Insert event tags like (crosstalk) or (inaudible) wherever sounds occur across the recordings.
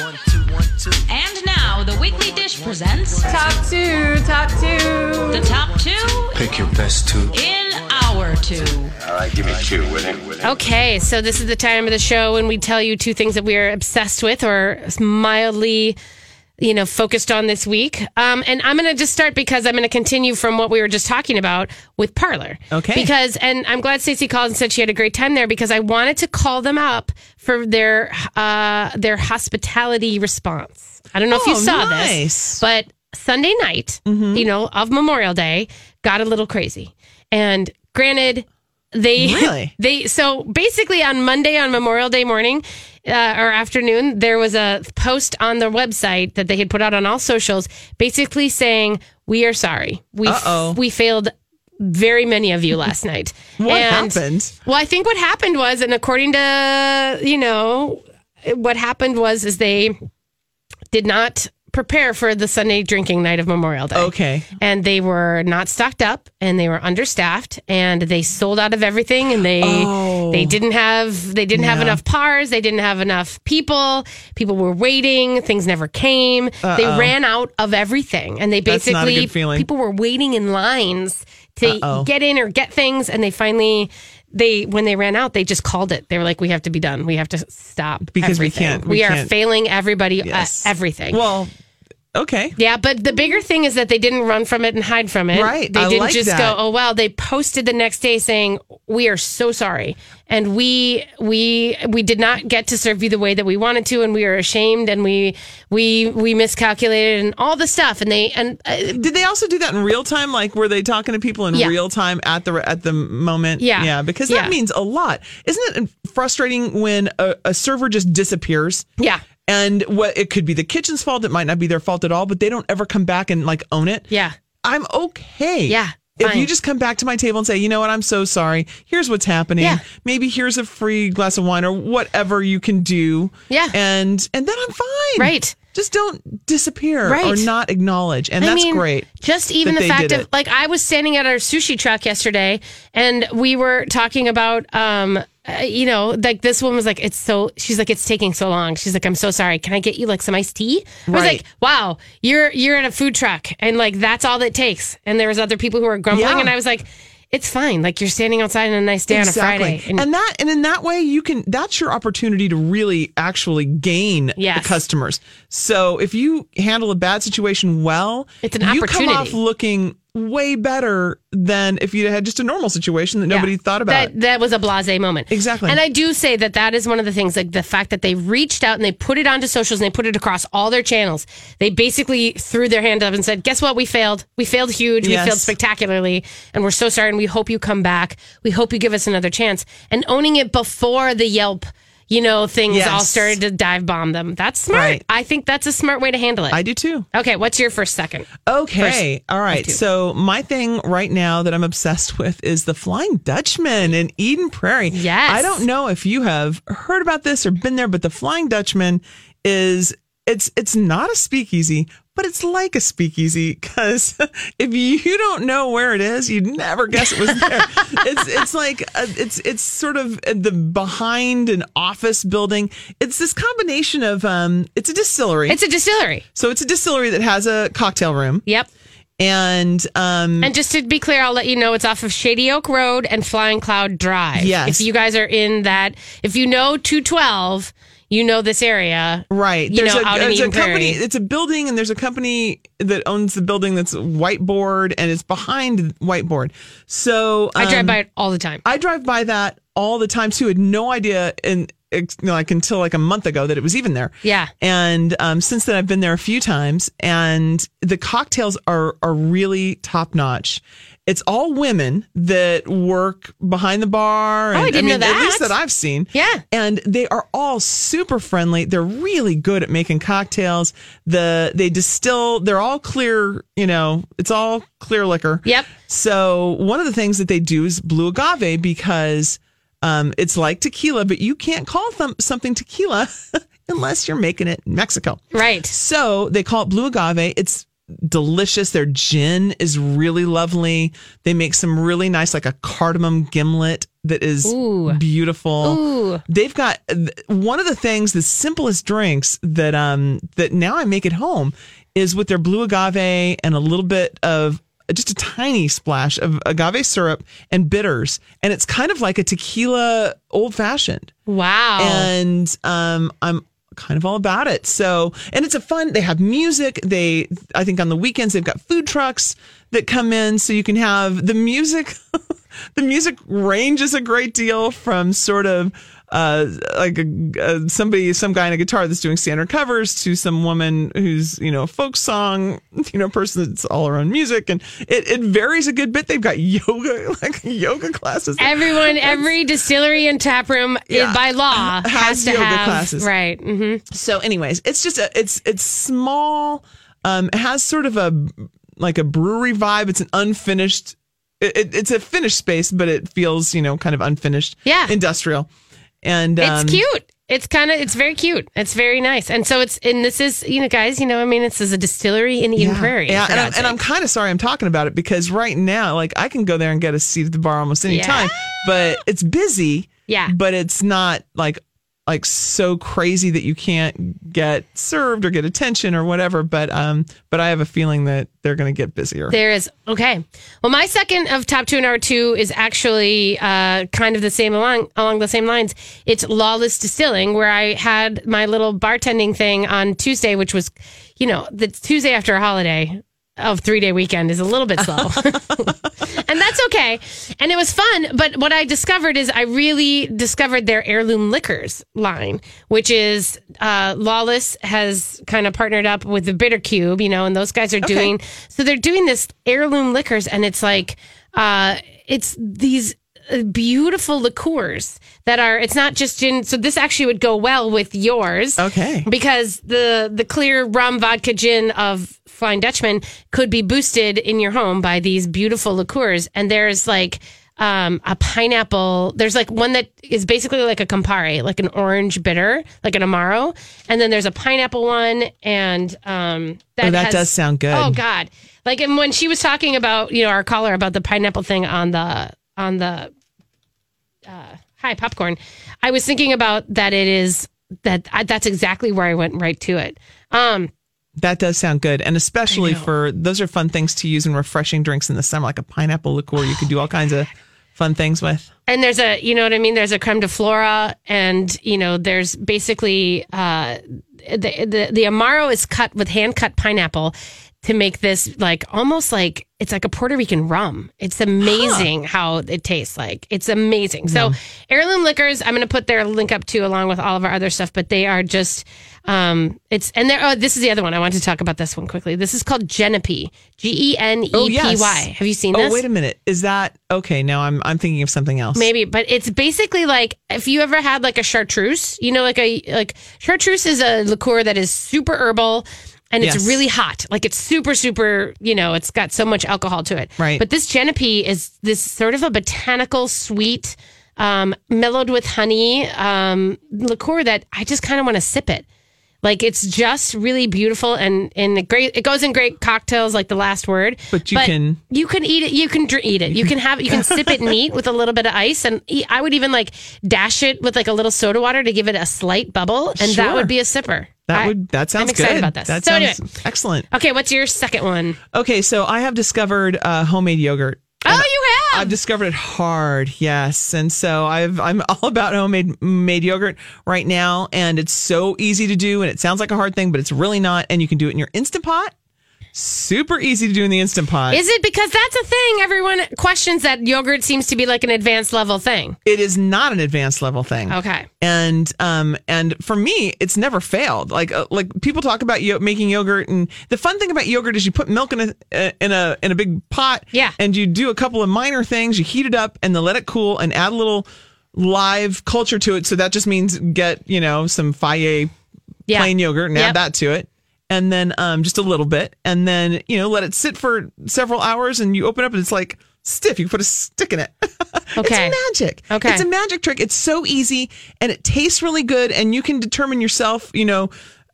One, two, one, two. And now the Weekly Dish presents Top two, top two. the top two Pick your best two. in our two. All right, give me two with it. With it. Okay, so this is the time of the show when we tell you two things that we are obsessed with or mildly, you know, focused on this week. Um, and I'm going to just start because I'm going to continue from what we were just talking about with Parlor. Okay. Because, and I'm glad Stacey called and said she had a great time there because I wanted to call them up for their uh, their hospitality response. I don't know if you Oh, saw nice. Mm-hmm. this, but Sunday night, you know, of Memorial Day, got a little crazy. And granted, they Really? (laughs) they so basically on Monday on Memorial Day morning uh, or afternoon, there was a post on their website that they had put out on all socials, basically saying, "We are sorry. We f- Uh-oh. we failed." Very many of you last (laughs) night. What happened? Well, I think what happened was, and according to you know, what happened was is they did not prepare for the Sunday drinking night of Memorial Day. Okay. And they were not stocked up and they were understaffed and they sold out of everything and they Oh. they didn't have they didn't have Yeah. enough pars, they didn't have enough people. People were waiting, things never came. They ran out of everything and they That's basically not a good feeling. people were waiting in lines to Uh-oh. get in or get things and they finally they when they ran out they just called it. They were like we have to be done. We have to stop Because we everything. can't- we are can't- failing everybody uh, Yes. everything. Well, okay. Yeah, but the bigger thing is that they didn't run from it and hide from it. Right, They I didn't like just that. go, "Oh well." They posted the next day saying, "We are so sorry, and we we we did not get to serve you the way that we wanted to, and we are ashamed, and we we we miscalculated, and all the stuff." And they and uh, Did they also do that in real time? Like, were they talking to people in Yeah. real time at the at the moment? Yeah. yeah, because that Yeah. means a lot. Isn't it frustrating when a, a server just disappears? yeah, and what it could be the kitchen's fault. It might not be their fault at all, but they don't ever come back and like own it. yeah, I'm okay. Yeah, If fine. you just come back to my table and say, you know what, I'm so sorry. Here's what's happening. Yeah. Maybe here's a free glass of wine or whatever you can do. Yeah. And and then I'm fine. Right. Just don't disappear or Right. not acknowledge. And that's I mean, great. Just even that the they fact did of it. like I was standing at our sushi truck yesterday, and we were talking about, um, uh, you know, like this woman was like, "It's so," she's like, "It's taking so long." She's like, "I'm so sorry. Can I get you like some iced tea?" I was Right. like, "Wow, you're you're at a food truck, and like that's all it takes." And there was other people who were grumbling, Yeah. and I was like. It's fine. Like you're standing outside on a nice day on a Friday. And, that and in that way you can that's your opportunity to really actually gain Yes. the customers. So if you handle a bad situation well, It's an you come off opportunity. looking way better than if you had just a normal situation that nobody Yeah. thought about. That, that was a blase moment. Exactly. And I do say that that is one of the things, like the fact that they reached out and they put it onto socials and they put it across all their channels. They basically threw their hand up and said, Guess what? We failed. We failed huge. Yes. We failed spectacularly. And we're so sorry. And we hope you come back. We hope you give us another chance. And owning it before the Yelp. You know, things Yes. all started to dive bomb them. That's smart. Right. I think that's a smart way to handle it. I do too. okay, what's your first second? Okay. All right. two. So my thing right now that I'm obsessed with is the Flying Dutchman in Eden Prairie. Yes. I don't know if you have heard about this or been there, but the Flying Dutchman is it's it's not a speakeasy, but it's like a speakeasy because (laughs) if you don't know where it is, you'd never guess it was (laughs) there. it's it's like uh it's it's sort of at the behind an office building. It's this combination of um it's a distillery. It's a distillery. so it's a distillery that has a cocktail room Yep. and um And just to be clear, I'll let you know it's off of Shady Oak Road and Flying Cloud Drive. Yes. If you guys are in that, if you know 212, you know this area. right You know, a, out in there's a Eden company Prairie. it's a building and there's a company that owns the building that's whiteboard and it's behind whiteboard so I um, drive by it all the time. I drive by that all the time too. Had no idea and like until like a month ago that it was even there. Yeah. And um, since then I've been there a few times and the cocktails are are really top notch. It's all women that work behind the bar. And, Oh, I didn't know At least that. that I've seen. Yeah. And they are all super friendly. They're really good at making cocktails. The they distill. They're all clear. You know, it's all clear liquor. Yep. So one of the things that they do is blue agave because um, it's like tequila, but you can't call them something (laughs) tequila unless you're making it in Mexico. right. So they call it blue agave. It's delicious. Their gin is really lovely. They make some really nice, like a cardamom gimlet that is Ooh. beautiful. Ooh. They've got th- one of the things, the simplest drinks that um that now I make at home is with their blue agave and a little bit of just a tiny splash of agave syrup and bitters, and it's kind of like a tequila old fashioned Wow. and um, I'm kind of all about it. So, and it's a fun. They have music. They, I think, on the weekends they've got food trucks that come in, so you can have the music. (laughs) the music ranges a great deal from sort of. Uh, like a, uh, somebody, some guy on a guitar that's doing standard covers to some woman who's, you know, a folk song, (laughs) you know, person that's all her own music. And it, it varies a good bit. They've got (laughs) yoga, like yoga classes. (laughs) Everyone, every distillery and tap room i- Yeah. by law has, Has to yoga have classes. right. hmm so anyways it's just a it's it's small um it has sort of a like a brewery vibe it's an unfinished it, it- it's a finished space but it feels you know kind of unfinished Yeah. industrial and It's um, cute. It's kind of it's very cute. It's very nice. And so it's and this is you know guys you know I mean this is a distillery in Eden yeah. Prairie. Yeah, for and I'm, God's and I'm sake. kind of sorry I'm talking about it because right now, like, I can go there and get a seat at the bar almost any Yeah. time, but it's busy. Yeah. but it's not like like so crazy that you can't get served or get attention or whatever. But um, but I have a feeling that they're going to get busier. There is okay. Well, my second of top two and hour two is actually uh, kind of the same along along the same lines. It's Lawless Distilling, where I had my little bartending thing on Tuesday, which was, you know, the Tuesday after a holiday of three day weekend is a little bit slow. and that's okay. And it was fun. But what I discovered is I really discovered their heirloom liquors line, which is uh, Lawless has kind of partnered up with the Bitter Cube, you know, and those guys are doing so they're doing this heirloom liquors, and it's like uh, it's these uh, beautiful liqueurs that are it's not just gin so this actually would go well with yours Okay. because the the clear rum vodka gin of Flying Dutchman could be boosted in your home by these beautiful liqueurs. And there's like um, a pineapple. There's like one that is basically like a Campari, like an orange bitter, like an Amaro. And then there's a pineapple one, and um, Oh, that has- does sound good. Oh God! Like and when she was talking about you know our caller about the pineapple thing on the on the uh, hi popcorn i was thinking about that it is that I, that's exactly where i went right to it um That does sound good, and especially know. for those are fun things to use in refreshing drinks in the summer, like a pineapple liqueur. You could do all kinds of fun things with. and there's a you know what i mean there's a creme de flora and you know there's basically uh the the, the amaro is cut with hand cut pineapple to make this like almost like it's like a Puerto Rican rum. It's amazing how it tastes like. It's amazing. So heirloom liquors, I'm going to put their link up too, along with all of our other stuff. But they are just, um, it's and there. Oh, this is the other one. I want to talk about this one quickly. This is called Genepi. G e n e p y. Have you seen Oh, this? wait a minute. Is that okay? Now I'm I'm thinking of something else. maybe but it's basically like if you ever had like a chartreuse you know like a like chartreuse is a liqueur that is super herbal and it's Yes. really hot like it's super super you know it's got so much alcohol to it Right. but this genepi is this sort of a botanical sweet um, mellowed with honey um, liqueur that i just kind of want to sip it like it's just really beautiful and and great. It goes in great cocktails, like the last word. But you can- you can eat it. You can dr- eat it. You can have you can sip (laughs) it neat with a little bit of ice, and e- I would even like dash it with like a little soda water to give it a slight bubble, and that Sure. would be a sipper. That I- would that sounds I'm excited good. about this. That so sounds anyway, excellent. okay, what's your second one? Okay, so I have discovered uh, homemade yogurt. Oh, you have. I've discovered it hard, yes, and so I've I'm (laughs) all about homemade made yogurt right now, and it's so easy to do, and it sounds like a hard thing, but it's really not, and you can do it in your instant pot. Super easy to do in the instant pot. Is it because that's a thing? Everyone questions that yogurt seems to be like an advanced level thing. it is not an advanced level thing. Okay. And um and for me, it's never failed. Like uh, like people talk about yo- making yogurt, and the fun thing about yogurt is you put milk in a uh, in a in a big pot, Yeah. and you do a couple of minor things. You heat it up and then let it cool and add a little live culture to it. So that just means get you know some faye Yeah. plain yogurt and Yep. add that to it. And then um, just a little bit. And then, you know, let it sit for several hours and you open up and it's like stiff. You put a stick in it. (laughs) Okay. it's magic. Okay. It's a magic trick. It's so easy and it tastes really good. And you can determine yourself, you know,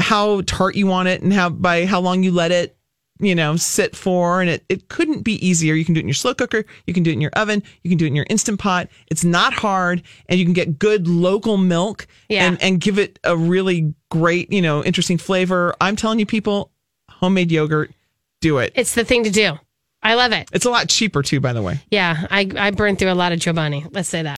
how tart you want it and how by how long you let it you know, sit for. And it, it couldn't be easier. You can do it in your slow cooker. You can do it in your oven. You can do it in your Instant Pot. It's not hard. And you can get good local milk Yeah. and, and give it a really great, you know, interesting flavor. I'm telling you, people, homemade yogurt, do it. It's the thing to do. I love it. It's a lot cheaper, too, by the way. Yeah, I, I burned through a lot of Chobani. Let's say that.